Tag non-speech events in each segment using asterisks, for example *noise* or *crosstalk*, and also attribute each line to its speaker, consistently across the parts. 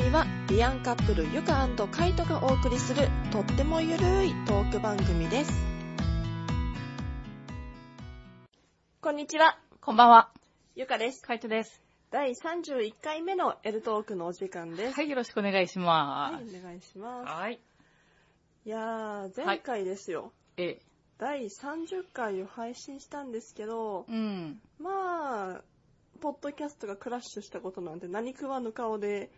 Speaker 1: アンカップルゆかカイトがお送りするとってもゆるいトーク番組です。こんにちは、
Speaker 2: こんばんは。
Speaker 1: ゆかです。
Speaker 2: カイトです。
Speaker 1: 第31回目のエルトークのお時間です。
Speaker 2: はい、よろしくお願いし
Speaker 1: はい、
Speaker 2: ま
Speaker 1: お願いし
Speaker 2: す。
Speaker 1: ま
Speaker 2: はい。
Speaker 1: す。いやー、前回ですよ、
Speaker 2: え、
Speaker 1: 第30回を配信したんですけど、
Speaker 2: うん。
Speaker 1: まあ、ポッドキャストがクラッシュしたことなんで何食わぬ顔で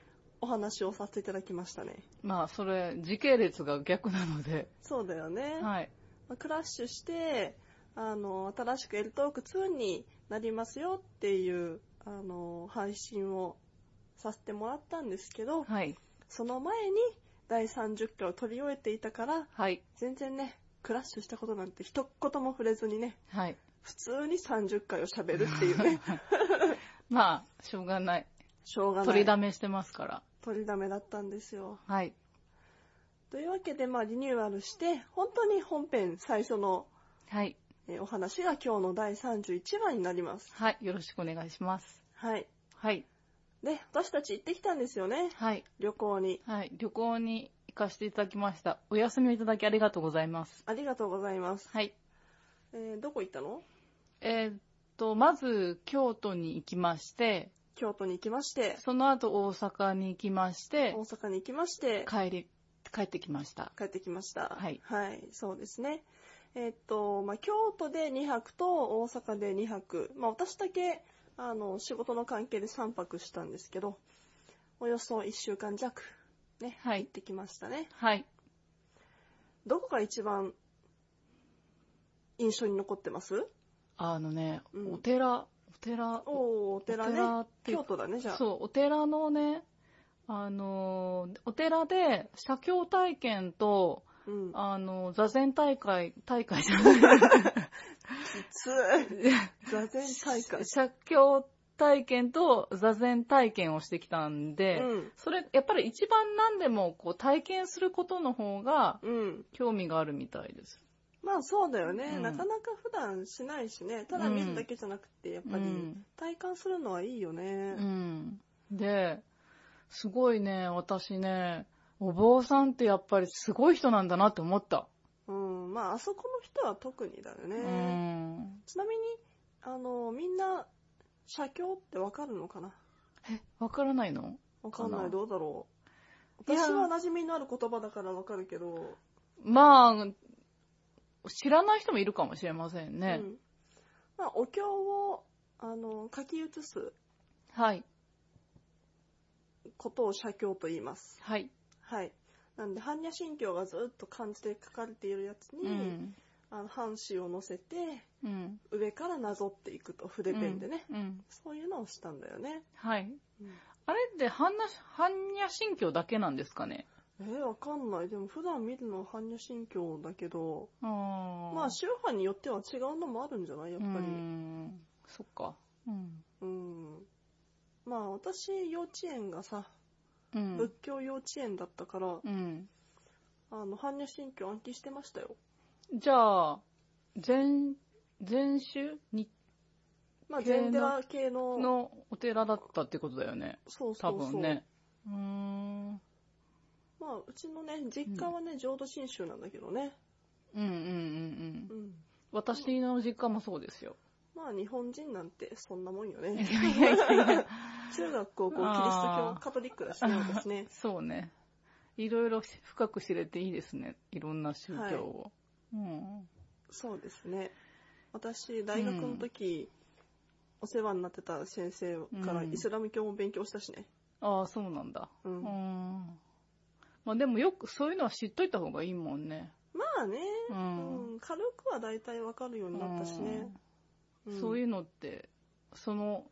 Speaker 1: お話をさせていただきましたね。
Speaker 2: まあ、それ、時系列が逆なので、
Speaker 1: そうだよね。
Speaker 2: はい。
Speaker 1: まあクラッシュして、あの、新しく L トーク2になりますよっていう、あの、配信をさせてもらったんですけど、
Speaker 2: はい。
Speaker 1: その前に第30回を取り終えていたから、
Speaker 2: はい。
Speaker 1: 全然ね、クラッシュしたことなんて一言も触れずにね、
Speaker 2: はい。
Speaker 1: 普通に30回を喋るっていうね、
Speaker 2: まあ、しょうがない。
Speaker 1: しょうがない。
Speaker 2: 取りだめしてますから。
Speaker 1: 取りだめだったんですよ。
Speaker 2: はい。
Speaker 1: というわけで、まあ、リニューアルして、本当に本編最初の
Speaker 2: はい。
Speaker 1: えーお話が今日の第31話になります。
Speaker 2: はい。よろしくお願いします。
Speaker 1: はい。
Speaker 2: はい。
Speaker 1: で、私たち行ってきたんですよね。
Speaker 2: はい。
Speaker 1: 旅行に。
Speaker 2: はい。旅行に行かせていただきました。お休みをいただきありがとうございます。
Speaker 1: ありがとうございます。
Speaker 2: はい。
Speaker 1: えーどこ行ったの
Speaker 2: えーっと、まず、京都に行きまして、
Speaker 1: 京都に行きまして、
Speaker 2: その後大阪に行きまして
Speaker 1: 大、阪に行きまして、
Speaker 2: 帰り、帰ってきました。
Speaker 1: 帰ってきました。
Speaker 2: はい
Speaker 1: そうですね。えーっと、まあ、京都で2泊と大阪で2泊。まあ、私だけ、あの、仕事の関係で3泊したんですけど、およそ1週間弱、ね、
Speaker 2: はい
Speaker 1: 行ってきましたね。
Speaker 2: はい。
Speaker 1: どこが一番印象に残ってます
Speaker 2: あのね、
Speaker 1: うん
Speaker 2: お寺、お寺、
Speaker 1: おー、お寺ね。
Speaker 2: お寺って
Speaker 1: 京都だね、じゃあ。
Speaker 2: そう、お寺のね、あのー、お寺で写経体験と、
Speaker 1: うん。
Speaker 2: あのー、座禅大会、大会じゃ
Speaker 1: *laughs*
Speaker 2: ない、 *laughs*
Speaker 1: つ座禅大会。
Speaker 2: 写経体験と座禅体験をしてきたんで、
Speaker 1: うん。
Speaker 2: それ、やっぱり一番何でもこう体験することの方が
Speaker 1: うん。
Speaker 2: 興味があるみたいです。
Speaker 1: まあそうだよね、
Speaker 2: うん
Speaker 1: なかなか普段しないしね。ただ見るだけじゃなくて、やっぱ
Speaker 2: う
Speaker 1: り
Speaker 2: ん
Speaker 1: 体感するのはいいよね
Speaker 2: う。ん。で、すごいね、私ね、お坊さんってやっぱりすごい人なんだなって思った。
Speaker 1: うん。まああそこの人は特にだよね。
Speaker 2: うん。
Speaker 1: ちなみに、あの、みんな、写経ってわかるのかな
Speaker 2: え、わからないの
Speaker 1: わかん
Speaker 2: か
Speaker 1: ない。
Speaker 2: な
Speaker 1: どうだろう。
Speaker 2: いや
Speaker 1: 私は馴染みのある言葉だからわかるけど、
Speaker 2: まあ、知らない人もいるかもしれませんね
Speaker 1: う。ん。まあお経を、あの、書き写す
Speaker 2: はい。
Speaker 1: ことを写経と言います。
Speaker 2: はい。
Speaker 1: はい。なんで、般若心経がずっと漢字で書かれているやつ
Speaker 2: う
Speaker 1: に、
Speaker 2: ん。
Speaker 1: あの、半紙を乗せて、
Speaker 2: うん。
Speaker 1: 上からなぞっていくと、筆ペンでね。
Speaker 2: うん。うん。
Speaker 1: そういうのをしたんだよね。
Speaker 2: はい。
Speaker 1: うん
Speaker 2: あれって、般若、般若心経だけなんですかね
Speaker 1: えー、わかんない。でも普段見るのは般若心経だけど、
Speaker 2: あー
Speaker 1: まあ宗派によっては違うのもあるんじゃないやっぱ
Speaker 2: う
Speaker 1: り。
Speaker 2: ん。そっか。うん。
Speaker 1: うん。まあ私、幼稚園がさ、
Speaker 2: うん。
Speaker 1: 仏教幼稚園だったから、
Speaker 2: うん。
Speaker 1: あの、般若心経暗記してましたよ。
Speaker 2: じゃあ、全、全宗に
Speaker 1: まあ
Speaker 2: 系の
Speaker 1: 禅寺系の、
Speaker 2: のお寺だったってことだよね。
Speaker 1: そうそ
Speaker 2: 多
Speaker 1: うそう。
Speaker 2: 分ね。うーん。うん
Speaker 1: まあうちのね、実家はね、浄土真宗なんだけどね。
Speaker 2: うんうんうん
Speaker 1: う。ん。
Speaker 2: 私の実家もそうですよ。
Speaker 1: まあ日本人なんてそんなもんよ
Speaker 2: *laughs* いや
Speaker 1: ね。
Speaker 2: いやいやいや
Speaker 1: 中学高校キリスト教
Speaker 2: あー
Speaker 1: カトリックだしね、私ね。
Speaker 2: そうね。いろいろ深く知れていいですね。いろんな宗教を。うん。
Speaker 1: そうですね。私、大学の時、お世話になってた先生から
Speaker 2: うん
Speaker 1: イスラム教も勉強したしね。
Speaker 2: ああ、そうなんだ。
Speaker 1: う。
Speaker 2: うん
Speaker 1: ま
Speaker 2: ん。まあでもよく、そういうのは知っといた方がいいもんね。
Speaker 1: あね、
Speaker 2: う。
Speaker 1: うんん、軽くは大体わかるようになったしね。
Speaker 2: うんそういううのって、その、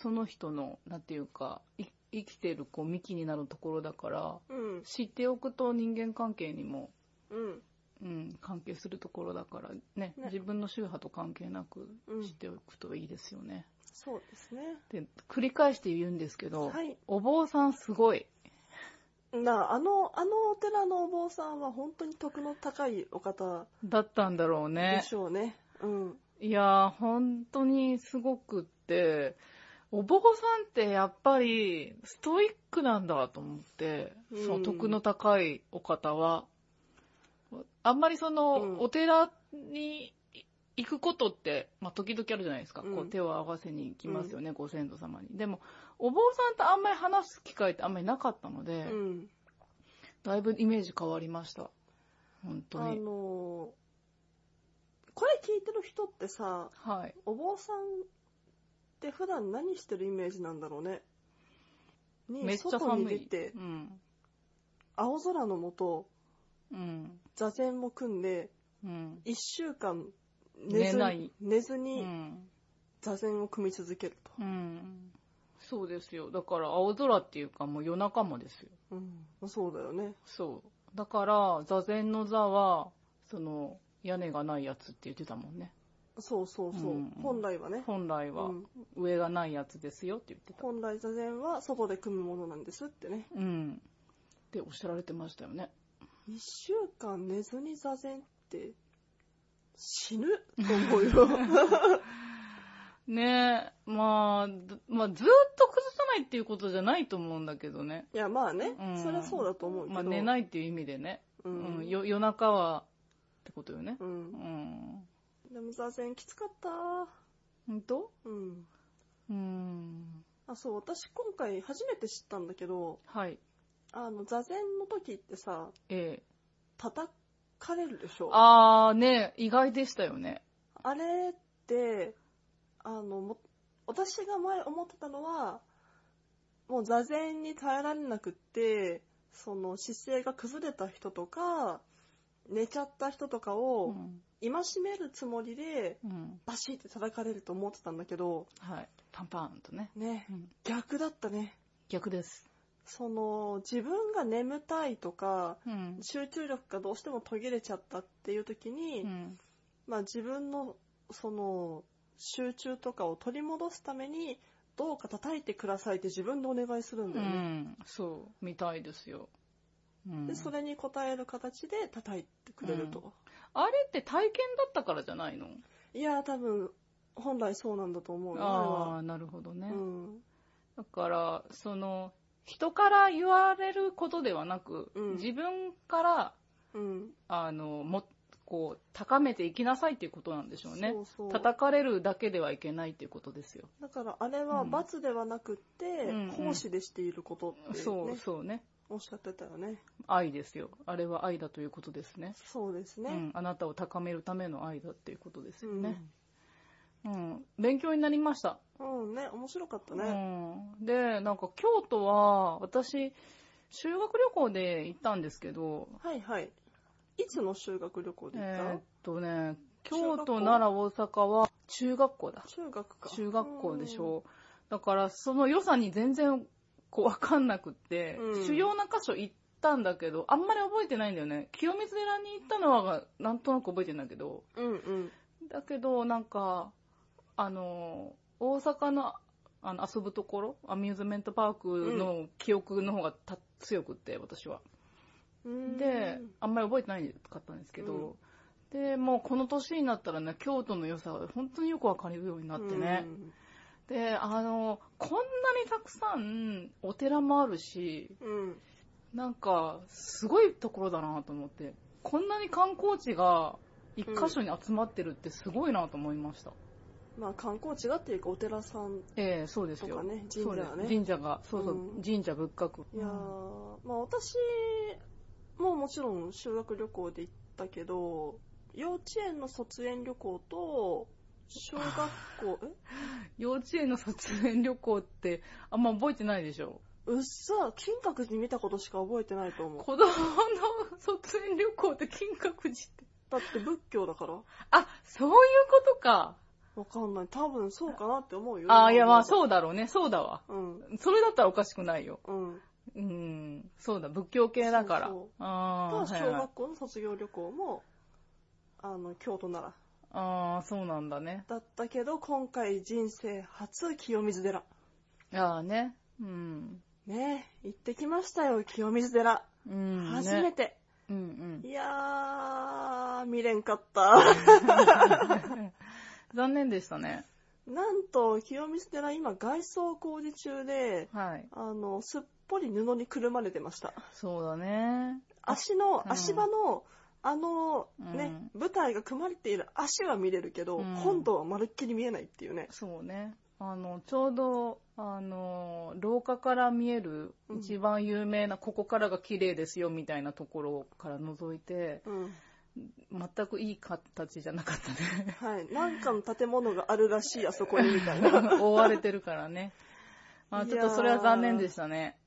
Speaker 2: その人の、なんていうか、い生きてるこう幹になるところだから、
Speaker 1: ん。
Speaker 2: 知っておくと人間関係にも、
Speaker 1: うん。
Speaker 2: うん、関係するところだからね、
Speaker 1: ね
Speaker 2: 自分の宗派と関係なく
Speaker 1: うん
Speaker 2: 知っておくといいですよね。
Speaker 1: そうですね。
Speaker 2: で、繰り返して言うんですけど、
Speaker 1: はい。
Speaker 2: お坊さんすごい。
Speaker 1: なあ、あの、あのお寺のお坊さんは本当に徳の高いお方
Speaker 2: だったんだろう
Speaker 1: で
Speaker 2: ね。
Speaker 1: しょうね。うん。
Speaker 2: いやー、本当にすごくって、お坊さんってやっぱりストイックなんだと思って、
Speaker 1: うん
Speaker 2: その徳の高いお方は、あんまりその、
Speaker 1: うん
Speaker 2: お寺に行くことって、まあ、時々あるじゃないですか。
Speaker 1: うん
Speaker 2: こう手を合わせに行きますよね、ご先祖様に。でも、お坊さんとあんまり話す機会ってあんまりなかったので、
Speaker 1: うん。
Speaker 2: だいぶイメージ変わりました。本
Speaker 1: あ
Speaker 2: 当
Speaker 1: のー
Speaker 2: に。
Speaker 1: これ聞いてる人ってさ、
Speaker 2: はい。
Speaker 1: お坊さんって普段何してるイメージなんだろうね。に
Speaker 2: めっちゃ
Speaker 1: 外に
Speaker 2: 寒
Speaker 1: 出
Speaker 2: い。
Speaker 1: て
Speaker 2: う、ん。
Speaker 1: 青空のもと、
Speaker 2: うん。
Speaker 1: 座禅も組んで、
Speaker 2: うん。
Speaker 1: 一週間寝ず
Speaker 2: 寝ない
Speaker 1: 寝ず
Speaker 2: う
Speaker 1: に
Speaker 2: ん。
Speaker 1: 座禅を組み続けると。
Speaker 2: うん。そうですよ。だから青空っていうかもう夜中もですよ。
Speaker 1: うん、そうだよね。
Speaker 2: そう。だから座禅の座は、その、屋根がないやつって言ってたもんね。
Speaker 1: そうそうそう。
Speaker 2: うん
Speaker 1: 本来はね。
Speaker 2: 本来は
Speaker 1: うん
Speaker 2: 上がないやつですよって言ってた。
Speaker 1: 本来座禅は外で組むものなんですってね。
Speaker 2: うん。っておっしゃられてましたよね。
Speaker 1: 一週間寝ずに座禅って死
Speaker 2: *laughs*
Speaker 1: ぬと思うよ。
Speaker 2: ねえ、まあ、ずまあ、ずーっと崩さないっていうことじゃないと思うんだけどね。
Speaker 1: いや、まあね、
Speaker 2: うん
Speaker 1: それはそうだと思うけど。
Speaker 2: まあ、寝ないっていう意味でね。
Speaker 1: う。
Speaker 2: うんん、よ夜中は、ってことよね。
Speaker 1: う。
Speaker 2: うんん。
Speaker 1: でも座禅きつかった。
Speaker 2: 本当
Speaker 1: うん。
Speaker 2: うん。
Speaker 1: あ、そう、私今回初めて知ったんだけど、
Speaker 2: はい。
Speaker 1: あの、座禅の時ってさ、
Speaker 2: ええ。
Speaker 1: 叩かれるでしょあ
Speaker 2: あーね、意外でしたよね。
Speaker 1: れって、あの、も私が前思ってたのは、もう座禅に耐えられなくって、その姿勢が崩れた人とか、寝ちゃった人とか
Speaker 2: う
Speaker 1: を
Speaker 2: ん。
Speaker 1: 戒めるつもりで、
Speaker 2: うん。
Speaker 1: バシって叩かれると思ってたんだけど、
Speaker 2: はい。パンパンとね。
Speaker 1: ね、
Speaker 2: うん。
Speaker 1: 逆だったね。
Speaker 2: 逆です。
Speaker 1: その、自分が眠たいとか、
Speaker 2: うん。
Speaker 1: 集中力がどうしても途切れちゃったっていう時に、
Speaker 2: うん。
Speaker 1: まあ自分のその集中とかを取り戻すためにどうか叩いてくださいって自分でお願いするん
Speaker 2: う
Speaker 1: だよね。
Speaker 2: ん。そう。みたいですよ。うん
Speaker 1: で、それに応える形で叩いてくれると。
Speaker 2: あれって体験だったからじゃないの
Speaker 1: いやー多分本来そうなんだと思うよ
Speaker 2: あ
Speaker 1: あ
Speaker 2: あ、なるほど
Speaker 1: れ
Speaker 2: ね。
Speaker 1: は。うん。
Speaker 2: だから、その、人から言われることではなく、
Speaker 1: うん
Speaker 2: 自分から、
Speaker 1: うん。
Speaker 2: あの、も、こう、高めていきなさいっていうことなんでしょうね。
Speaker 1: そうそう。
Speaker 2: 叩かれるだけではいけないっていうことですよ。
Speaker 1: だからあれは
Speaker 2: うん
Speaker 1: 罰ではなくって、
Speaker 2: うんうん
Speaker 1: 奉仕でしていることって、ね
Speaker 2: そう、そうね。
Speaker 1: おっしゃってたよね。
Speaker 2: 愛ですよ。あれは愛だということですね。
Speaker 1: そうです
Speaker 2: う
Speaker 1: ね。
Speaker 2: ん。あなたを高めるための愛だっていうことです
Speaker 1: う
Speaker 2: よ
Speaker 1: ん。
Speaker 2: ね。うん。勉強になりました。
Speaker 1: うんね、面白かったね。
Speaker 2: うん。で、なんか京都は、私、修学旅行で行ったんですけど、
Speaker 1: はいはい。いつの修学旅行で行った、
Speaker 2: えーっとね、
Speaker 1: 中
Speaker 2: 京
Speaker 1: 学
Speaker 2: 都、
Speaker 1: 校
Speaker 2: 奈良、大阪は中学校だ。
Speaker 1: 中学か。
Speaker 2: 中学校でしょ。だから、その良さに全然、こう、わかんなくって、
Speaker 1: うん
Speaker 2: 主要な箇所行ったんだけど、あんまり覚えてないんだよね。清水寺に行ったのは、なんとなく覚えてんだけど、
Speaker 1: うん。うんうん。
Speaker 2: だけど、なんか、あの、大阪の、あの、遊ぶところ、アミューズメントパークの記憶の方がた強くって、私は。
Speaker 1: うん
Speaker 2: で、あんまり覚えてないかったんですけど、で、もうこの年になったらね、京都の良さが本当によくわかるようになってね。で、あの、こんなにたくさんお寺もあるし、
Speaker 1: うん。うん。
Speaker 2: なんか、すごいところだなと思って、こんなに観光地が一箇所に集まってるってすごいなと思いました。
Speaker 1: まあ観光地だっていうかお寺さん。
Speaker 2: ええそうです
Speaker 1: と
Speaker 2: よ。
Speaker 1: かね神社はね
Speaker 2: そうです神社が、そうそう、
Speaker 1: うん
Speaker 2: 神社仏閣。
Speaker 1: いやー、まあ私ももちろん修学旅行で行ったけど、幼稚園の卒園旅行と、小学校、え
Speaker 2: 幼稚園の卒園旅行ってあんま覚えてないでしょ。
Speaker 1: うっさ、金閣寺見たことしか覚えてないと思う。
Speaker 2: 子供の卒園旅行って金閣寺って。
Speaker 1: だって仏教だから。
Speaker 2: あ、そういうことか。
Speaker 1: わかんない。多分そうかなって思うよ。
Speaker 2: あ、いやまあ
Speaker 1: う。
Speaker 2: そうだろうね。そうだわ。
Speaker 1: うん。
Speaker 2: それだったらおかしくないよ。
Speaker 1: うん。
Speaker 2: うん。そうだ、仏教系だから。
Speaker 1: そうそう
Speaker 2: あ
Speaker 1: と
Speaker 2: あ、
Speaker 1: 小
Speaker 2: はいはい
Speaker 1: 学校の卒業旅行も、あの、京都なら。
Speaker 2: ああ、そうなんだね。
Speaker 1: だったけど、今回人生初清水寺。
Speaker 2: ああね。うん。
Speaker 1: ねえ、行ってきましたよ、清水寺。
Speaker 2: うん、ね。
Speaker 1: 初めて。
Speaker 2: うんうん。
Speaker 1: い
Speaker 2: *laughs*
Speaker 1: やー、見れんかった。
Speaker 2: 残念でしたね。
Speaker 1: なんと、清水寺、今、外装工事中で、
Speaker 2: はい。
Speaker 1: あの、すっぽり布にくるまれてました。
Speaker 2: そうだね。
Speaker 1: 足の、
Speaker 2: うん
Speaker 1: 足場の、あの、ね、舞台が組まれている足は見れるけど、
Speaker 2: うん
Speaker 1: 本堂はまるっきり見えないっていうね。
Speaker 2: そうね。あの、ちょうど、あの、廊下から見える
Speaker 1: うん
Speaker 2: 一番有名な、ここからが綺麗ですよみたいなところから覗いて、
Speaker 1: うん。
Speaker 2: 全くいい形じゃなかったね。
Speaker 1: はい。なんかの建物があるらしい、あそこに、みたいな。
Speaker 2: *laughs* 覆われてるからね。まあ、ちょっとそれは残念でしたね。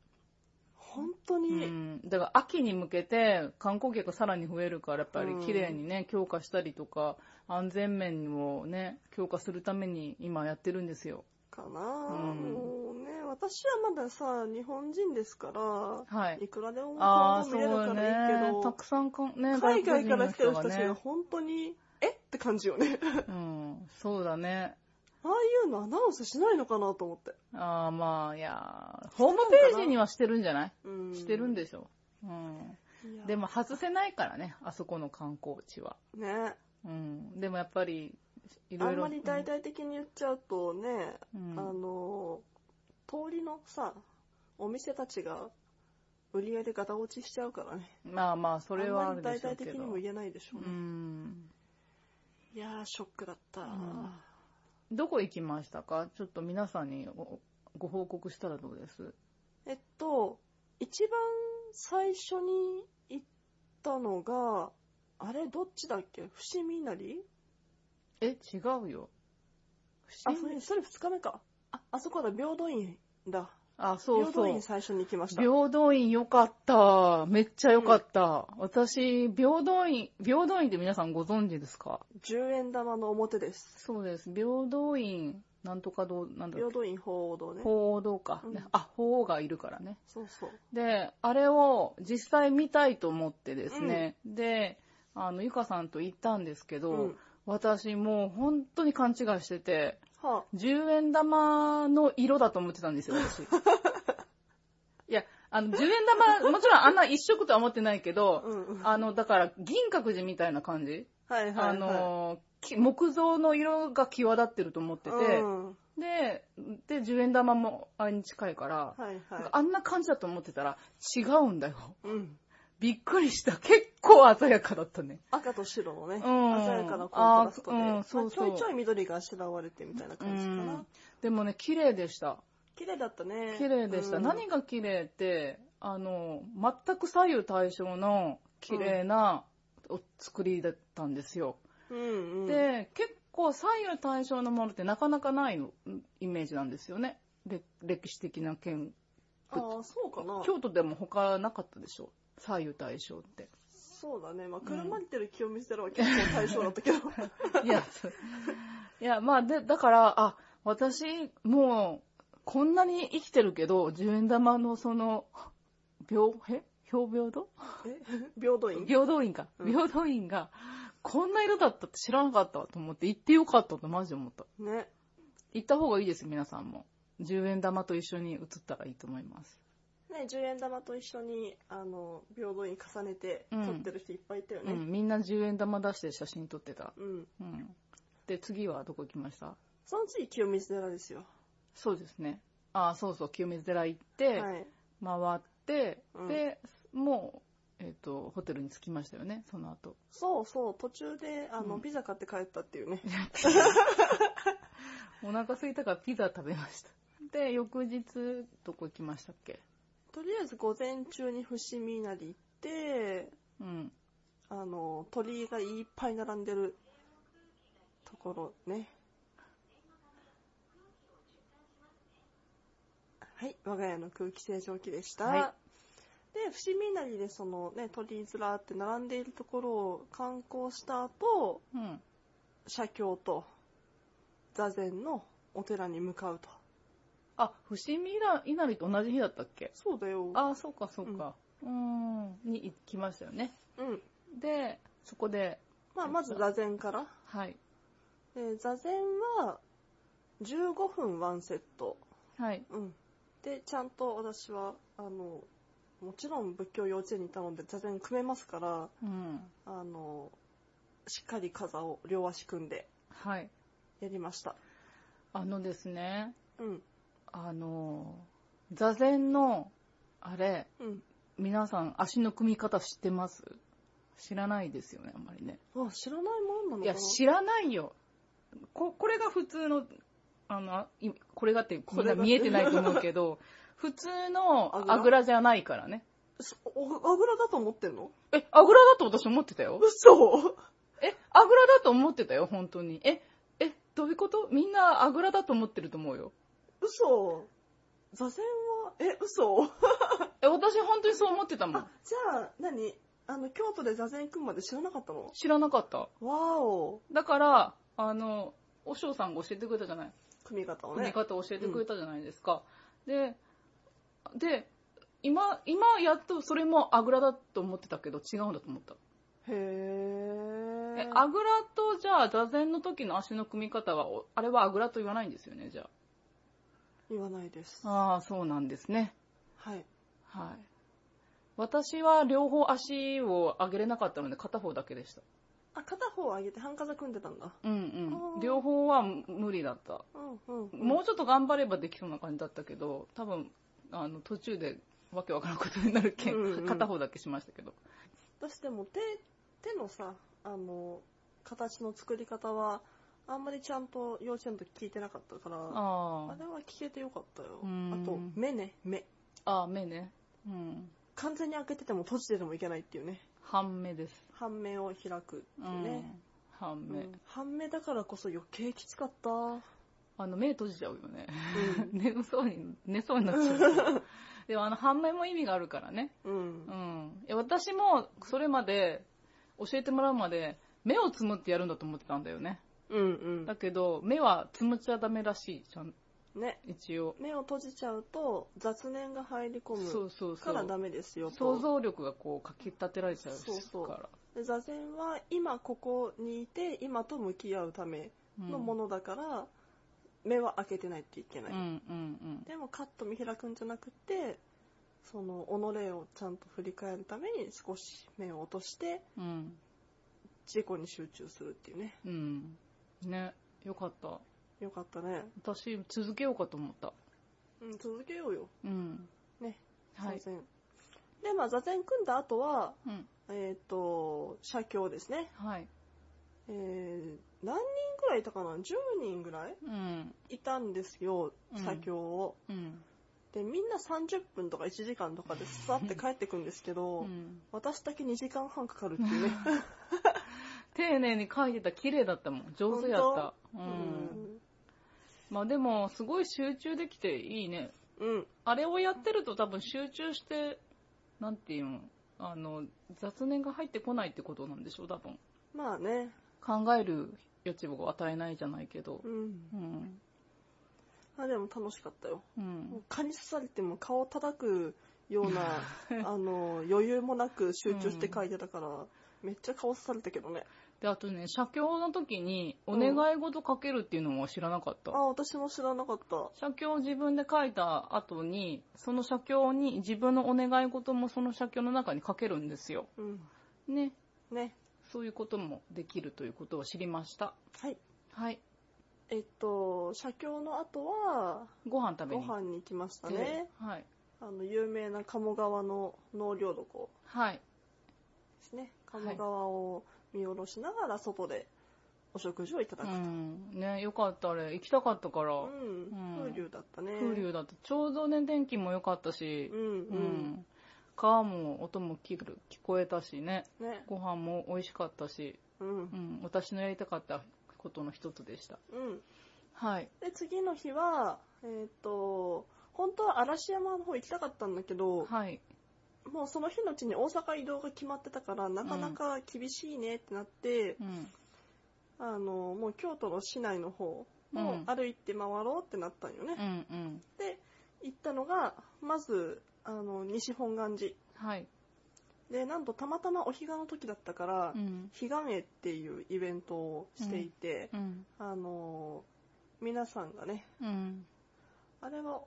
Speaker 1: 本当
Speaker 2: う
Speaker 1: に、
Speaker 2: ん。だから秋に向けて観光客さらに増えるから、やっぱり綺麗にね、強化したりとか、安全面をね、強化するために今やってるんですよ。
Speaker 1: かなぁ、
Speaker 2: うん
Speaker 1: もうね、私はまださ、日本人ですから、
Speaker 2: はい。
Speaker 1: いくらでも
Speaker 2: ああ、
Speaker 1: 顔
Speaker 2: そ
Speaker 1: 見れる
Speaker 2: う
Speaker 1: からいいけ
Speaker 2: ね
Speaker 1: ど、。
Speaker 2: たくさんかん、ね、
Speaker 1: 海外から来てる人
Speaker 2: 外国
Speaker 1: たちが
Speaker 2: 人
Speaker 1: 本当に、えって感じよね。
Speaker 2: の人がね。うん、そうだね。
Speaker 1: ああいうのアナウンスしないのかなと思って。
Speaker 2: ああ、まあ、いやー、ホームページにはしてるんじゃない
Speaker 1: うん
Speaker 2: してるんでしょ。うん。
Speaker 1: いや
Speaker 2: でも外せないからね、あそこの観光地は。
Speaker 1: ね。
Speaker 2: うん。でもやっぱり、い
Speaker 1: あ
Speaker 2: ろい
Speaker 1: ん
Speaker 2: ろ。
Speaker 1: まり大々的に言っちゃうとね、
Speaker 2: うん、
Speaker 1: あの、通りのさ、お店たちが売り上げガタ落ちしちゃうからね。
Speaker 2: まあまあ、それは
Speaker 1: あ
Speaker 2: あ
Speaker 1: ん
Speaker 2: る
Speaker 1: まり
Speaker 2: で
Speaker 1: 大々
Speaker 2: しょうけ
Speaker 1: 的
Speaker 2: ど。
Speaker 1: にも言えないでしょう
Speaker 2: う
Speaker 1: ね。
Speaker 2: ん。
Speaker 1: いやー、ショックだった。
Speaker 2: んどこ行きましたかちょっと皆さんにおご報告したらどうです
Speaker 1: えっと、一番最初に行ったのが、あれ、どっちだっけ伏見稲荷
Speaker 2: え、違うよ。
Speaker 1: あ、それ、それ二日目か。あ、あそこだ、平等院だ。
Speaker 2: あ、そう
Speaker 1: 平
Speaker 2: そ
Speaker 1: 等
Speaker 2: う
Speaker 1: 院。最初に行きました。
Speaker 2: 平等院良かった。めっちゃ良かった。私、平等院、平等院って皆さんご存知ですか
Speaker 1: 10円玉の表です。
Speaker 2: そうです。平等院、なんとかどう、なんだ
Speaker 1: 平
Speaker 2: ろう。
Speaker 1: 等院鳳凰堂ね。
Speaker 2: 鳳凰堂か、
Speaker 1: うん
Speaker 2: あ、鳳凰がいるからね。
Speaker 1: そうそう。
Speaker 2: で、あれを実際見たいと思ってですね。で、あの、ゆかさんと行ったんですけど、
Speaker 1: うん
Speaker 2: 私もう本当に勘違いしてて、
Speaker 1: は
Speaker 2: 10円玉の色だと思ってたん
Speaker 1: *laughs*
Speaker 2: ですよ、私。いや、あの、10円玉、もちろんあんな一色とは思ってない
Speaker 1: あ、
Speaker 2: けど、
Speaker 1: うんうん。
Speaker 2: あの、だから、銀閣寺みたいな感じ
Speaker 1: はいはい、はい。
Speaker 2: あの、き木造の色が際立ってると思ってて
Speaker 1: う、ん、は
Speaker 2: で、で、10円玉もあれに近いから、
Speaker 1: いはい。
Speaker 2: なんかあんな感じだと思ってたら、違うんだよ。
Speaker 1: うん。
Speaker 2: びっくりした。結構鮮やかだったね。
Speaker 1: 赤と白のね、
Speaker 2: うん
Speaker 1: 鮮やかなコントラストで、
Speaker 2: あーうん
Speaker 1: まあ
Speaker 2: そうそう
Speaker 1: ちょいちょい緑があしらわれてみたいな感じかな。
Speaker 2: うんでもね、綺麗でした。
Speaker 1: 綺麗だったね。
Speaker 2: 綺麗でした。
Speaker 1: うん
Speaker 2: 何が綺麗って、あの、全く左右対称の綺麗なお作りだったんですよ。
Speaker 1: うんうん、
Speaker 2: で、結構左右対称のものってなかなかないのイメージなんですよね。れ歴史的な件。
Speaker 1: ああ、そうかな。
Speaker 2: 京都でも他なかったでしょ。左右対称
Speaker 1: *laughs*
Speaker 2: って。
Speaker 1: そうだね。まあ、くるまれてる清水寺は結構対象だった
Speaker 2: *laughs*
Speaker 1: けど。
Speaker 2: いや、そういや、まあ、で、だから、あ、私、もう、こんなに生きてるけど、十円玉のその、病、え表病度
Speaker 1: え *laughs* 平等院
Speaker 2: 平等院か。
Speaker 1: うん
Speaker 2: 平等院が、こんな色だったって知らなかったわと思って、行ってよかったとマジで思った。
Speaker 1: ね。
Speaker 2: 行った方がいいです、皆さんも。十円玉と一緒に移ったらいいと思います。
Speaker 1: ね、10円玉と一緒に、あの、平等院重ねて
Speaker 2: うん
Speaker 1: 撮ってる人いっぱいいたよ
Speaker 2: う
Speaker 1: ね。
Speaker 2: ん、みんな十円玉出して写真撮ってた。
Speaker 1: うん。
Speaker 2: うん。で、次はどこ行きました
Speaker 1: その次、清水寺ですよ。
Speaker 2: そうですね。あ、そうそう、清水寺行って、
Speaker 1: はい。
Speaker 2: 回って、
Speaker 1: うん
Speaker 2: で、もう、えっ、と、ホテルに着きましたよね、その後。
Speaker 1: そうそう、途中で、あの、
Speaker 2: うん
Speaker 1: ピザ買って帰ったっていうね。
Speaker 2: お腹空いたからピザ食べました。で、翌日、どこ行きましたっけ
Speaker 1: とりあえず、午前中に伏見稲荷行って、
Speaker 2: うん。
Speaker 1: あの、鳥居がいっぱい並んでるところね。はい、我が家の空気清浄機でした。
Speaker 2: はい
Speaker 1: で、伏見稲荷でそのね、鳥居ずらーって並んでいるところを観光した後、
Speaker 2: うん。
Speaker 1: 写経と座禅のお寺に向かうと。
Speaker 2: あ、伏見稲荷と同じ日だったっけ
Speaker 1: そうだよ。
Speaker 2: あ、そうか、そうか。うーん。に行きましたよね。
Speaker 1: うん。
Speaker 2: で、そこで、
Speaker 1: まあ、まず座禅から。
Speaker 2: はい。
Speaker 1: で座禅は15分ワンセット。
Speaker 2: はい。
Speaker 1: うん。で、ちゃんと私は、あの、もちろん仏教幼稚園にいたので座禅組めますから、
Speaker 2: うん。
Speaker 1: あの、しっかり傘を両足組んで
Speaker 2: はい。
Speaker 1: やりました。
Speaker 2: あのですね、
Speaker 1: うん。
Speaker 2: あの、座禅の、あれ、
Speaker 1: うん。
Speaker 2: 皆さん足の組み方知ってます知らないですよね、あんまりね。
Speaker 1: あ、知らないもんなのかない
Speaker 2: や、知らないよ。こ、これが普通の、あの、あいこれがってみんな見えてないと思う
Speaker 1: *laughs*
Speaker 2: けど、普通の
Speaker 1: あぐら
Speaker 2: あぐらじゃないからね。
Speaker 1: そおあぐらだと思ってんの
Speaker 2: え、あぐらだと私思ってたよ。
Speaker 1: 嘘
Speaker 2: え、あぐらだと思ってたよ、本当に。え、え、どういうことみんなあぐらだと思ってると思うよ。
Speaker 1: 嘘座禅は、え、嘘
Speaker 2: え、私本当にそう思ってたもん
Speaker 1: あ。、じゃあ、何あの、京都で座禅組むまで知らなかったの
Speaker 2: 知らなかった。
Speaker 1: わお。
Speaker 2: だから、あの、おしょうさんが教えてくれたじゃない。
Speaker 1: 組み方を
Speaker 2: 組み
Speaker 1: ね。
Speaker 2: 方を教えてくれたじゃないですか。で、で、今、今やっとそれもあぐらだと思ってたけど違うんだと思った。
Speaker 1: へー。
Speaker 2: え、あぐらとじゃあ座禅の時の足の組み方は、おあれはあぐらと言わないんですよね、じゃ
Speaker 1: 言わないです。
Speaker 2: あ。ああー、そうなんですね。
Speaker 1: はい。
Speaker 2: はい。私は両方足を上げれなかったので片方だけでした。
Speaker 1: あ、片方上げて半肩組んでたんだ。
Speaker 2: うん
Speaker 1: あ
Speaker 2: うん。
Speaker 1: ー
Speaker 2: 両方は無理だった。
Speaker 1: うんうん。
Speaker 2: もうちょっと頑張ればできそうな感じだったけど、多分、あの、途中でわけわからんことになるけん、
Speaker 1: うんうん
Speaker 2: 片方だけしましたけど。
Speaker 1: 私でも手、手のさ、あの、形の作り方は、あんまりちゃんと幼稚園の時聞いてなかったから、あ
Speaker 2: あ
Speaker 1: れは聞けてよかったよ。
Speaker 2: うん
Speaker 1: あと、目ね、目。
Speaker 2: あ。ああ、目ね。うん。
Speaker 1: 完全に開けてても閉じててもいけないっていうね。
Speaker 2: 半目です。
Speaker 1: 半目を開くって
Speaker 2: う。
Speaker 1: いうんね。
Speaker 2: 半
Speaker 1: うん
Speaker 2: 目、
Speaker 1: 半目だからこそ余計きつか
Speaker 2: *laughs*
Speaker 1: った。うん。
Speaker 2: あの、目閉じちゃうよね。 *laughs* 眠そうに、寝そうになっ
Speaker 1: *laughs*
Speaker 2: ちゃう。でもあの、半目も意味があるからね。
Speaker 1: うん
Speaker 2: う。ん。いや、私も、それまで、教えてもらうまで、目をつむってやるんだと思ってたんだよね。
Speaker 1: うん
Speaker 2: だけど、目はつむっちゃダメらしいじゃん、
Speaker 1: うん。ね。
Speaker 2: 一応。
Speaker 1: 目を閉じちゃうと雑念が入り込
Speaker 2: そ
Speaker 1: む
Speaker 2: うそうそ
Speaker 1: から
Speaker 2: う
Speaker 1: ダ。メですよ
Speaker 2: 想
Speaker 1: と。
Speaker 2: 像力がこう、かき立てられちゃう
Speaker 1: そうそう
Speaker 2: から。
Speaker 1: で座禅は今ここにいて今と向き合うため
Speaker 2: うん
Speaker 1: のものだから、目は開けてないといけ
Speaker 2: う
Speaker 1: ない。
Speaker 2: んうん
Speaker 1: でもカッと見開くんじゃなくて、その己をちゃんと振り返るために少し目を落として
Speaker 2: うん。うん。
Speaker 1: 自己に集中するっていうね。
Speaker 2: うん。ね。よかった。
Speaker 1: よかったね。
Speaker 2: 私、続けようかと思った。
Speaker 1: うん、続けようよ。
Speaker 2: うん。
Speaker 1: ね。
Speaker 2: はい
Speaker 1: 座。禅。で、まあ座禅組んだ後は、
Speaker 2: うん。
Speaker 1: えっ、と、写経ですね。
Speaker 2: はい。
Speaker 1: えー何人ぐらいいたかな ?10 人ぐらい
Speaker 2: うん。
Speaker 1: いたんですよ
Speaker 2: う、ん
Speaker 1: 作業を。
Speaker 2: うん。
Speaker 1: で、みんな30分とか1時間とかでさって帰ってくんですけど、
Speaker 2: うん
Speaker 1: 私だけ2時間半かかるっていうね。
Speaker 2: 丁寧に書いてた。綺麗だったもん。上手やった。う。
Speaker 1: うん
Speaker 2: まあでも、すごい集中できていいね。
Speaker 1: ん。うん。
Speaker 2: あれをやってると多分集中して、なんていうの、あの、雑念が入ってこないってことなんでしょう、多分。
Speaker 1: まあね。
Speaker 2: 考える余地を与えないじゃないけど
Speaker 1: う。ん。
Speaker 2: うん。
Speaker 1: あでも楽しかったよ。
Speaker 2: う。
Speaker 1: もうん蚊に刺されても顔を叩くような、あの、余裕もなく集中して書いてたから、めっちゃ顔刺されたけどね。
Speaker 2: で、あとね、写経の時にお願い事書けるっていうのも知らなかった。
Speaker 1: あ、私も知らなかった。
Speaker 2: 写経を自分で書いた後に、その写経に自分のお願い事もその写経の中に書けるんですよ。
Speaker 1: うん。
Speaker 2: ね。
Speaker 1: ね。
Speaker 2: そういうこともできるということを知りました。
Speaker 1: はい。
Speaker 2: はい。
Speaker 1: えっと、写経の後は、
Speaker 2: ご飯食べ
Speaker 1: ご
Speaker 2: に行っ
Speaker 1: 飯に行きました
Speaker 2: て。
Speaker 1: ね。
Speaker 2: はい。
Speaker 1: あの、有名な鴨川の農業床で
Speaker 2: はい。
Speaker 1: すね。鴨川を見下ろしながら外でお食事をいただ
Speaker 2: う
Speaker 1: くと。
Speaker 2: ん。ね、よかった、あれ。行きたかったから。
Speaker 1: うん。
Speaker 2: うん
Speaker 1: 風流だったね。
Speaker 2: 風流だった。ちょうどね、天気も良かったし
Speaker 1: う、ん
Speaker 2: う
Speaker 1: うん。
Speaker 2: ん川も音も聞く聞こえたしね。
Speaker 1: ね。
Speaker 2: ご飯も美味しかったし、
Speaker 1: うん。
Speaker 2: うん、私のやりたかったことの一つでした。
Speaker 1: うん。
Speaker 2: はい。
Speaker 1: で、次の日は、えっと、本当は嵐山の方行きたかったんだけど、
Speaker 2: はい。
Speaker 1: もうその日のうちに大阪移動が決まってたから、なかなか厳しいねってなって、
Speaker 2: うん。
Speaker 1: あの、もう京都の市内の方
Speaker 2: う
Speaker 1: を
Speaker 2: ん
Speaker 1: 歩いて回ろうってなったんよね。
Speaker 2: うんうん。
Speaker 1: で、行ったのが、まず、あの、西本願寺。
Speaker 2: はい。
Speaker 1: で、なんとたまたまお彼岸の時だったから、
Speaker 2: うん。
Speaker 1: 彼岸会っていうイベントをしていて、
Speaker 2: うん。
Speaker 1: あの、皆さんがね、
Speaker 2: うん。
Speaker 1: あれは、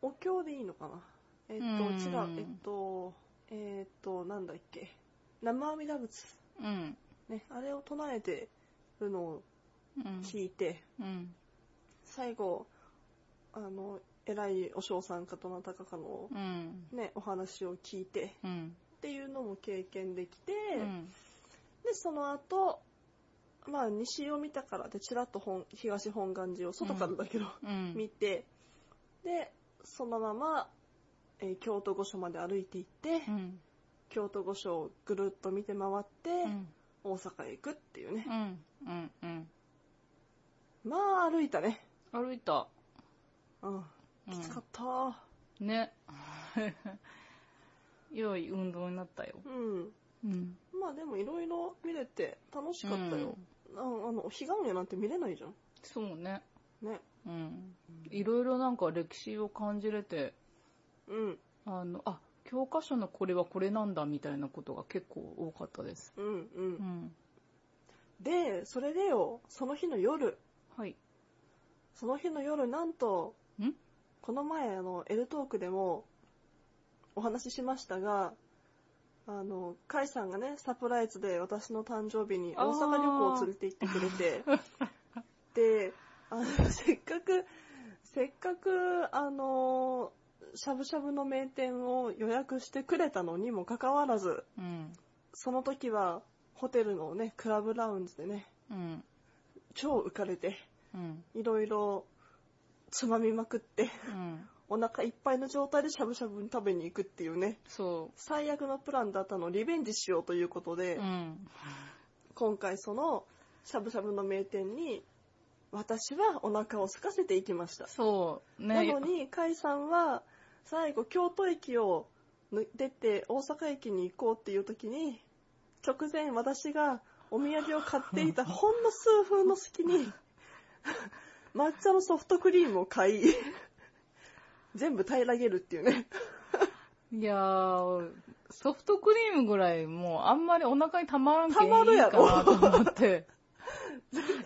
Speaker 1: お経でいいのかなえっと、
Speaker 2: うん
Speaker 1: 違う、えっと、えっと、なんだっけ、生阿弥陀仏。
Speaker 2: うん。
Speaker 1: ね、あれを唱えてるのを
Speaker 2: うん。
Speaker 1: 聞いて、
Speaker 2: うん。
Speaker 1: 最後、あの、偉いお嬢さんかどなたかかの
Speaker 2: うん。
Speaker 1: ね、お話を聞いて
Speaker 2: うん。
Speaker 1: っていうのも経験できて、
Speaker 2: うん。
Speaker 1: で、その後、まあ、西を見たからで、ちらっと本東本願寺を外からだけど、
Speaker 2: うん。
Speaker 1: 見て、で、そのまま、えー京都御所まで歩いて行って、
Speaker 2: うん。
Speaker 1: 京都御所をぐるっと見て回って、
Speaker 2: うん。
Speaker 1: 大阪へ行くっていうね。
Speaker 2: うん。うん。うん。
Speaker 1: まあ、歩いたね。
Speaker 2: 歩いた。
Speaker 1: うん。
Speaker 2: うん
Speaker 1: きつかった。
Speaker 2: ね。良い運動になったよ。
Speaker 1: うん。
Speaker 2: うん。
Speaker 1: まあでもいろいろ見れて楽しかったよ。ああの、日がおなんて見れないじゃん。
Speaker 2: そうね。
Speaker 1: ね。
Speaker 2: うん。いろいろなんか歴史を感じれて、
Speaker 1: うん。
Speaker 2: あの、あ、教科書のこれはこれなんだみたいなことが結構多かったです。
Speaker 1: うん。う。
Speaker 2: うんん。
Speaker 1: で、それでよ、その日の夜、
Speaker 2: はい。
Speaker 1: その日の夜、なんと、
Speaker 2: ん
Speaker 1: この前、あの、エルトークでもお話ししましたが、あの、カイさんがね、サプライズで私の誕生日に大阪旅行を連れて行ってくれて、で、あの、せっかく、せっかく、あの、しゃぶしゃぶの名店を予約してくれたのにもかかわらず、
Speaker 2: うん。
Speaker 1: その時はホテルのね、クラブラウンジでね、
Speaker 2: うん。
Speaker 1: 超浮かれて、
Speaker 2: うん。
Speaker 1: いろいろつまみまくって、
Speaker 2: うん。
Speaker 1: お腹いっぱいの状態でしゃぶしゃぶに食べに行くっていうね、
Speaker 2: そ
Speaker 1: 最悪のプランだったのをリベンジしようということで、
Speaker 2: う。うん。
Speaker 1: 今回そのしゃぶしゃぶの名店に、私はお腹を空かせていきました。
Speaker 2: そう。
Speaker 1: な
Speaker 2: ね。
Speaker 1: のに、カイさんは、最後、京都駅を抜出て、大阪駅に行こうっていう時に、直前私がお土産を買っていたほんの数分の隙に、 *laughs* 抹茶のソフトクリームを買い、 *laughs* 全部平らげるっていうね。
Speaker 2: いやー、ソフトクリームぐらいもうあんまりお腹にたまらんけんいい
Speaker 1: たまるや
Speaker 2: か
Speaker 1: ろ
Speaker 2: なと *laughs* 思って。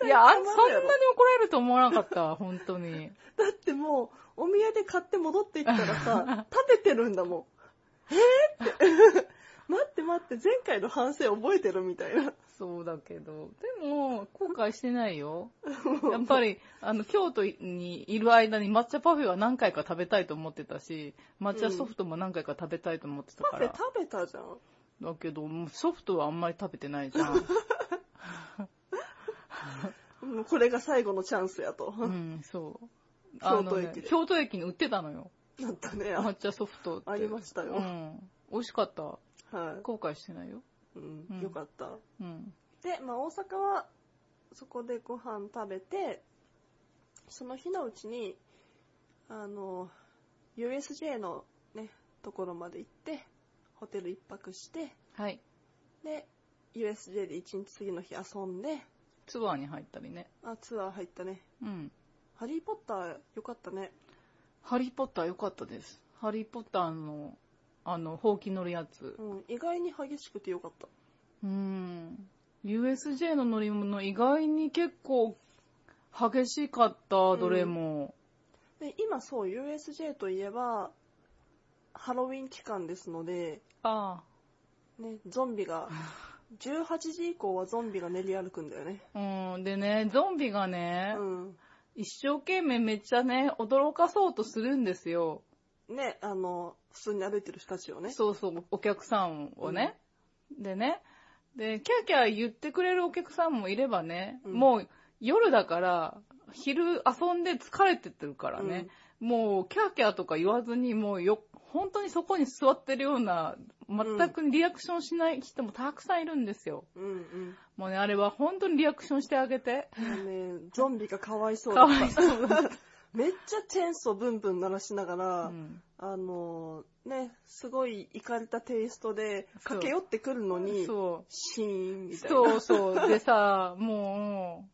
Speaker 2: いや、あそんなに
Speaker 1: たまるやろ
Speaker 2: 怒られると思わなかった、本当に。
Speaker 1: だってもう、お土産買って戻ってきたらさ、立ててるんだもん。えーって。 *laughs* 待って待って、前回の反省覚えてるみたいな。
Speaker 2: そうだけど。でも、後悔してな
Speaker 1: *laughs*
Speaker 2: いよ。やっぱり、あの、京都にいる間に抹茶パフェは何回か食べたいと思ってたし、抹茶ソフトも何回か食べたいと思ってた
Speaker 1: パ
Speaker 2: か
Speaker 1: フェ
Speaker 2: ら。
Speaker 1: 食べたじゃん。
Speaker 2: だけど、もうソフトはあんまり食べてないじ
Speaker 1: *laughs*
Speaker 2: ゃん。
Speaker 1: もうこれが最後のチャンスやと。
Speaker 2: うん、そう。あ
Speaker 1: *laughs* 京
Speaker 2: の
Speaker 1: 都
Speaker 2: ね
Speaker 1: 駅で。
Speaker 2: 京都駅に売ってたのよ。
Speaker 1: なった
Speaker 2: *laughs*
Speaker 1: ね。
Speaker 2: 抹
Speaker 1: あ
Speaker 2: 茶ソフトって。
Speaker 1: ありましたよ
Speaker 2: うん。美味しかった。
Speaker 1: は
Speaker 2: 後悔してないよ。
Speaker 1: い、うん
Speaker 2: うん
Speaker 1: よかった。
Speaker 2: うん。
Speaker 1: で、まあ大阪はそこでご飯食べて、その日のうちに、あの、USJ のね、ところまで行って、ホテル一泊して、
Speaker 2: はい。
Speaker 1: で、USJ で一日次の日遊んで、
Speaker 2: ツアーに入ったりね。
Speaker 1: あ、ツアー入ったね。
Speaker 2: うん。
Speaker 1: ハリーポッターよかったね。
Speaker 2: ハリーポッター良かったです。ハリーポッターの、あの、ほうき乗るやつ
Speaker 1: う。ん、意外に激しくてよかった。
Speaker 2: うん。USJ の乗り物、意外に結構激しかった、どれも。
Speaker 1: で今そう、USJ といえば、ハロウィン期間ですので、
Speaker 2: あ
Speaker 1: ね、ゾンビ
Speaker 2: *laughs*
Speaker 1: が、18時以降はゾンビが練り歩くんだよね。
Speaker 2: あ。うん。でね、ゾンビが
Speaker 1: う
Speaker 2: ね、
Speaker 1: ん。
Speaker 2: 一生懸命めっちゃね、驚かそうとするんですよ。
Speaker 1: ね、あの、普通に歩いてる人たちをね。
Speaker 2: そうそう、お客さんをね。でね。で、キャーキャー言ってくれるお客さんもいればね、
Speaker 1: うん
Speaker 2: もう夜だから、昼遊んで疲れてってるからね、もうキャーキャーとか言わずに、もうよ、本当にそこに座ってるような、全くリアクションしない人もたくさんいるんですよ。
Speaker 1: うんうん。
Speaker 2: もうね、あれは本当にリアクションしてあげて。
Speaker 1: も
Speaker 2: *laughs*
Speaker 1: うね、ゾンビがかわいそうだ
Speaker 2: か
Speaker 1: っ
Speaker 2: わいそうだ。
Speaker 1: た。めっちゃチェーンソーブンブン鳴らしながら、
Speaker 2: うん
Speaker 1: あの、ね、すごいかれたテイストで
Speaker 2: そう
Speaker 1: 駆け寄ってくるのに、
Speaker 2: そう。
Speaker 1: シーンみたいな。
Speaker 2: そうそう。でさ、も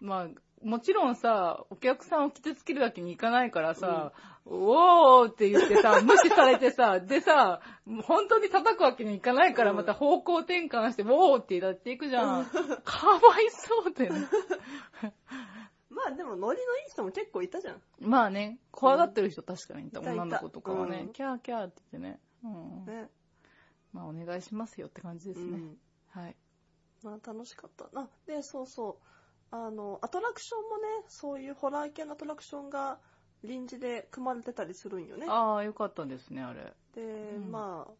Speaker 2: う、まあ、もちろんさ、お客さんを傷つけるわけにいかないからさ、おーって言ってさ、無視されてさ、でさ、もう本当に叩くわけにいかないから、
Speaker 1: うん
Speaker 2: また方向転換して、おーってやっていくじゃん。かわいそうでね。
Speaker 1: まあでもノリのいい人も結構いたじゃん。
Speaker 2: まあね、怖がってる人確かにいた。
Speaker 1: いたいた
Speaker 2: 女の子とかはね、
Speaker 1: うん
Speaker 2: キャーキャーって言ってね。うん。
Speaker 1: ね。
Speaker 2: まあ、お願いしますよって感じです
Speaker 1: う
Speaker 2: ね。
Speaker 1: ん
Speaker 2: はい。
Speaker 1: まあ楽しかったな。で、そうそう。あの、アトラクションもね、そういうホラー系のアトラクションが臨時で組まれてたりするんよね。
Speaker 2: ああ、よかったですね、あれ。
Speaker 1: で、
Speaker 2: ん
Speaker 1: まあ、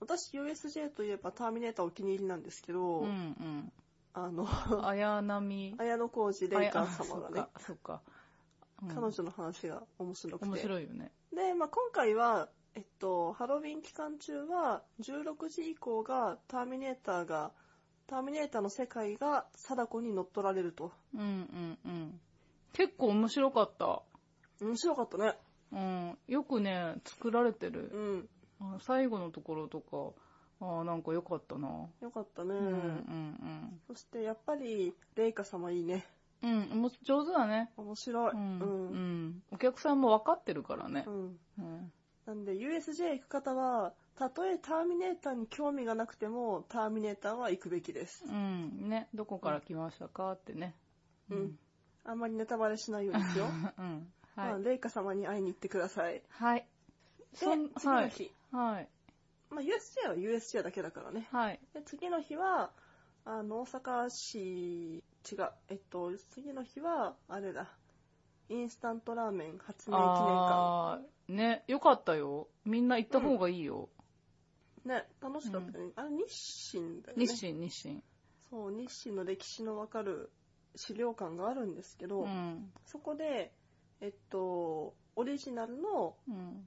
Speaker 1: 私 USJ といえばターミネーターお気に入りなんですけど、
Speaker 2: うん
Speaker 1: あ
Speaker 2: *laughs*
Speaker 1: の、
Speaker 2: うん。綾波。
Speaker 1: 綾小路レイカー様がね
Speaker 2: あ、そっか。そっか。
Speaker 1: 彼女の話が面白
Speaker 2: うん
Speaker 1: く
Speaker 2: 面
Speaker 1: て。
Speaker 2: 白いよね。
Speaker 1: で、まあ、今回は、えっと、ハロウィン期間中は、16時以降が、ターミネーターが、ターミネーターの世界が、貞子に乗っ取られると。
Speaker 2: うんうんうん。結構面白かった。
Speaker 1: 面白かったね。
Speaker 2: うん。よくね、作られて
Speaker 1: う
Speaker 2: る。
Speaker 1: ん。
Speaker 2: あ最後のところとか、ああ、なんか良かったな。
Speaker 1: よかったね。
Speaker 2: うんうん
Speaker 1: そして、やっぱり、レイカ様いいね。
Speaker 2: うん。うん、もう上手だね。
Speaker 1: 面白い。
Speaker 2: う、
Speaker 1: うん。
Speaker 2: うんん。お客さんも分かってるからね
Speaker 1: う。ん。
Speaker 2: うん。
Speaker 1: なんで、USJ 行く方は、たとえターミネーターに興味がなくても、ターミネーターは行くべきです。
Speaker 2: うん。ね、どこから来ましたかってね。
Speaker 1: うん。あんまりネタバレしないようです
Speaker 2: *laughs*
Speaker 1: よ。
Speaker 2: うん。は
Speaker 1: まあ、
Speaker 2: い。
Speaker 1: レイカ様に会いに行ってください。
Speaker 2: はい。
Speaker 1: で、
Speaker 2: そん
Speaker 1: 次の
Speaker 2: はい。
Speaker 1: 日。
Speaker 2: はい。
Speaker 1: まあ、USJ は USJ だけだからね。
Speaker 2: はい。
Speaker 1: で、次の日は、あの、大阪市、違う、えっと、次の日は、あれだ、インスタントラーメン発明記念館。
Speaker 2: あー、ね、よかったよ。みんな行った方がいいよ。
Speaker 1: ね、楽しかったね。あれ、日清だよね。
Speaker 2: 日清、日清。
Speaker 1: そう、日清の歴史のわかる資料館があるんですけど、
Speaker 2: うん。
Speaker 1: そこで、えっと、オリジナルの
Speaker 2: うん。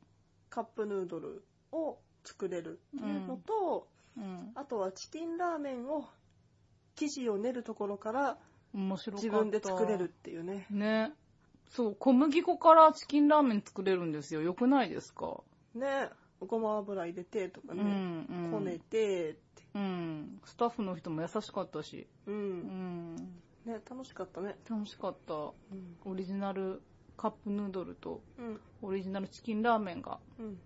Speaker 1: カップヌードルを作れるっていうのと、
Speaker 2: うん。
Speaker 1: あとはチキンラーメンを、生地を練るところから
Speaker 2: 面白かった。
Speaker 1: 自分で作れるっ。ていうね。
Speaker 2: ね。そう、小麦粉からチキンラーメン作れるんですよ。よくないですか
Speaker 1: ね、ごま油入れてとか
Speaker 2: う
Speaker 1: ね、
Speaker 2: ん。うん
Speaker 1: こねてって、
Speaker 2: うん。スタッフの人も優しかったし。
Speaker 1: う、
Speaker 2: うんん。
Speaker 1: ね、楽しかったね。
Speaker 2: 楽しかった。オ
Speaker 1: うん、
Speaker 2: リジナルカップヌードルと
Speaker 1: うん、
Speaker 2: オリジナルチキンラーメンが
Speaker 1: うん、行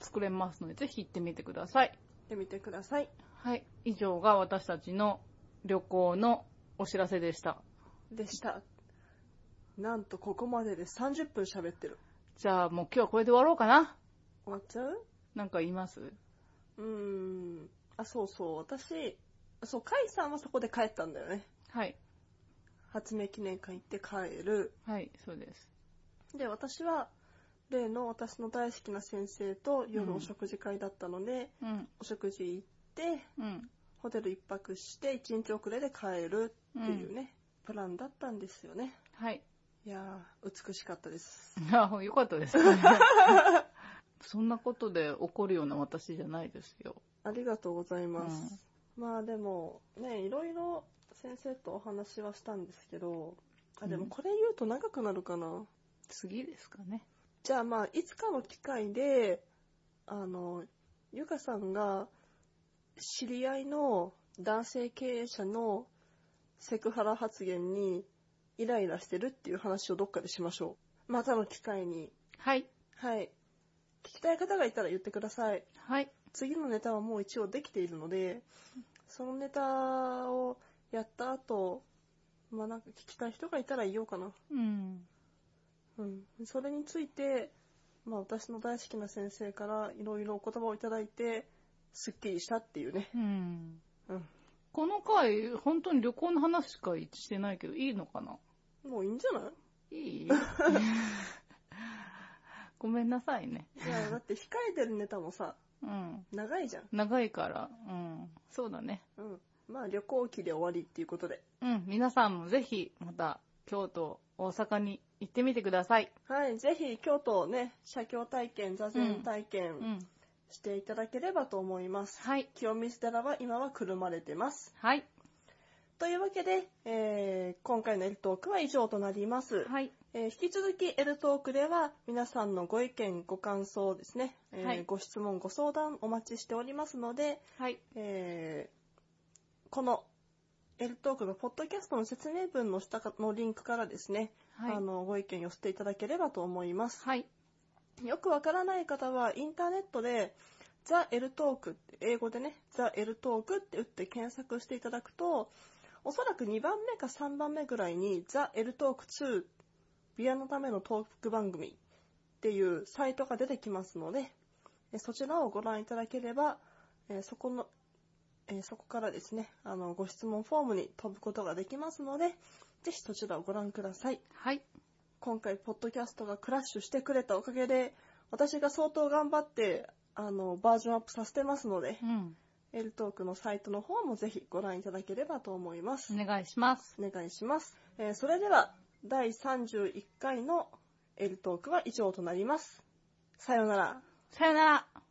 Speaker 2: 作れますので、ぜひ行ってみてください。
Speaker 1: ってみてください。
Speaker 2: はい。以上が私たちの旅行のお知らせでした。
Speaker 1: でした。なんとここまでで30分喋ってる。
Speaker 2: じゃあもう今日はこれで終わろうかな。
Speaker 1: 終わっちゃう
Speaker 2: なんか言います
Speaker 1: うーん。あ、そうそう、私、そう、カイさんはそこで帰ったんだよね。
Speaker 2: はい。
Speaker 1: 発明記念館行って帰る。
Speaker 2: はい、そうです。
Speaker 1: で、私は、例の私の大好きな先生と夜お食事会だったので、
Speaker 2: うん。
Speaker 1: お食事行って、
Speaker 2: うん。
Speaker 1: ホテル一泊して一日遅れで帰るっていうね、プランだったんですよね。
Speaker 2: はい。 *laughs*
Speaker 1: いやー、美しかったです。
Speaker 2: あよかっ
Speaker 1: *laughs*
Speaker 2: たです、ね。そんなことで怒るような私じゃないですよ。
Speaker 1: ありがとうございます。まあでも、ね、いろいろ先生とお話はしたんですけど、あ、で
Speaker 2: う
Speaker 1: も
Speaker 2: ん
Speaker 1: これ言うと長くなるかな。
Speaker 2: 次ですかね。
Speaker 1: じゃあまあ、いつかの機会で、あの、ゆかさんが知り合いの男性経営者のセクハラ発言にイライラしてるっていう話をどっかでしましょう。またの機会に。
Speaker 2: はい。
Speaker 1: はい。聞きたい方がいたら言ってください。
Speaker 2: はい。
Speaker 1: 次のネタはもう一応できているので、そのネタをやった後、まあなんか聞きたい人がいたら言おうかな。
Speaker 2: うん。
Speaker 1: うん。それについて、まあ私の大好きな先生からいろいろお言葉をいただいて、すっきりしたっていうね。
Speaker 2: うん。
Speaker 1: うん。
Speaker 2: この回、本当に旅行の話しかしてないけど、いいのかな
Speaker 1: もういいんじゃない
Speaker 2: いい *laughs* ごめんなさいね。
Speaker 1: いや、
Speaker 2: *laughs*
Speaker 1: だって控えてるネタもさ、
Speaker 2: うん。
Speaker 1: 長いじゃん。
Speaker 2: 長いから、うん。そうだね。
Speaker 1: うん。まあ旅行期で終わりっていうことで。
Speaker 2: うん。皆さんもぜひ、また、京都、大阪に行ってみてください。
Speaker 1: はい、ぜひ京都をね、写経体験、座禅体
Speaker 2: う
Speaker 1: 験
Speaker 2: ん。
Speaker 1: していただければと思います。
Speaker 2: はい。
Speaker 1: 清水寺は今はくるまれてます。
Speaker 2: はい。
Speaker 1: というわけで、えー今回のエルトークは以上となります。
Speaker 2: はい。
Speaker 1: えー引き続きエルトークでは皆さんのご意見、ご感想ですね、えー
Speaker 2: はい
Speaker 1: ご質問、ご相談お待ちしておりますので、
Speaker 2: はい。
Speaker 1: えーこのエルトークのポッドキャストの説明文の下かのリンクからですね、
Speaker 2: は
Speaker 1: あ
Speaker 2: い。
Speaker 1: のご意見寄せていただければと思います。
Speaker 2: はい。
Speaker 1: よくわからない方は、インターネットで、ザ・エルトークって、英語でね、ザ・エルトークって打って検索していただくと、おそらく2番目か3番目ぐらいに、ザ・エルトーク2、ビアのためのトーク番組っていうサイトが出てきますので、えそちらをご覧いただければ、えそこの、えそこからですね、あの、ご質問フォームに飛ぶことができますので、ぜひそちらをご覧ください。
Speaker 2: はい。
Speaker 1: 今回、ポッドキャストがクラッシュしてくれたおかげで、私が相当頑張って、あの、バージョンアップさせてますので、
Speaker 2: うん。
Speaker 1: エルトークのサイトの方もぜひご覧いただければと思います。
Speaker 2: お願いします。
Speaker 1: お願いします。えーそれでは、第31回のエルトークは以上となります。さようなら。
Speaker 2: さよなら。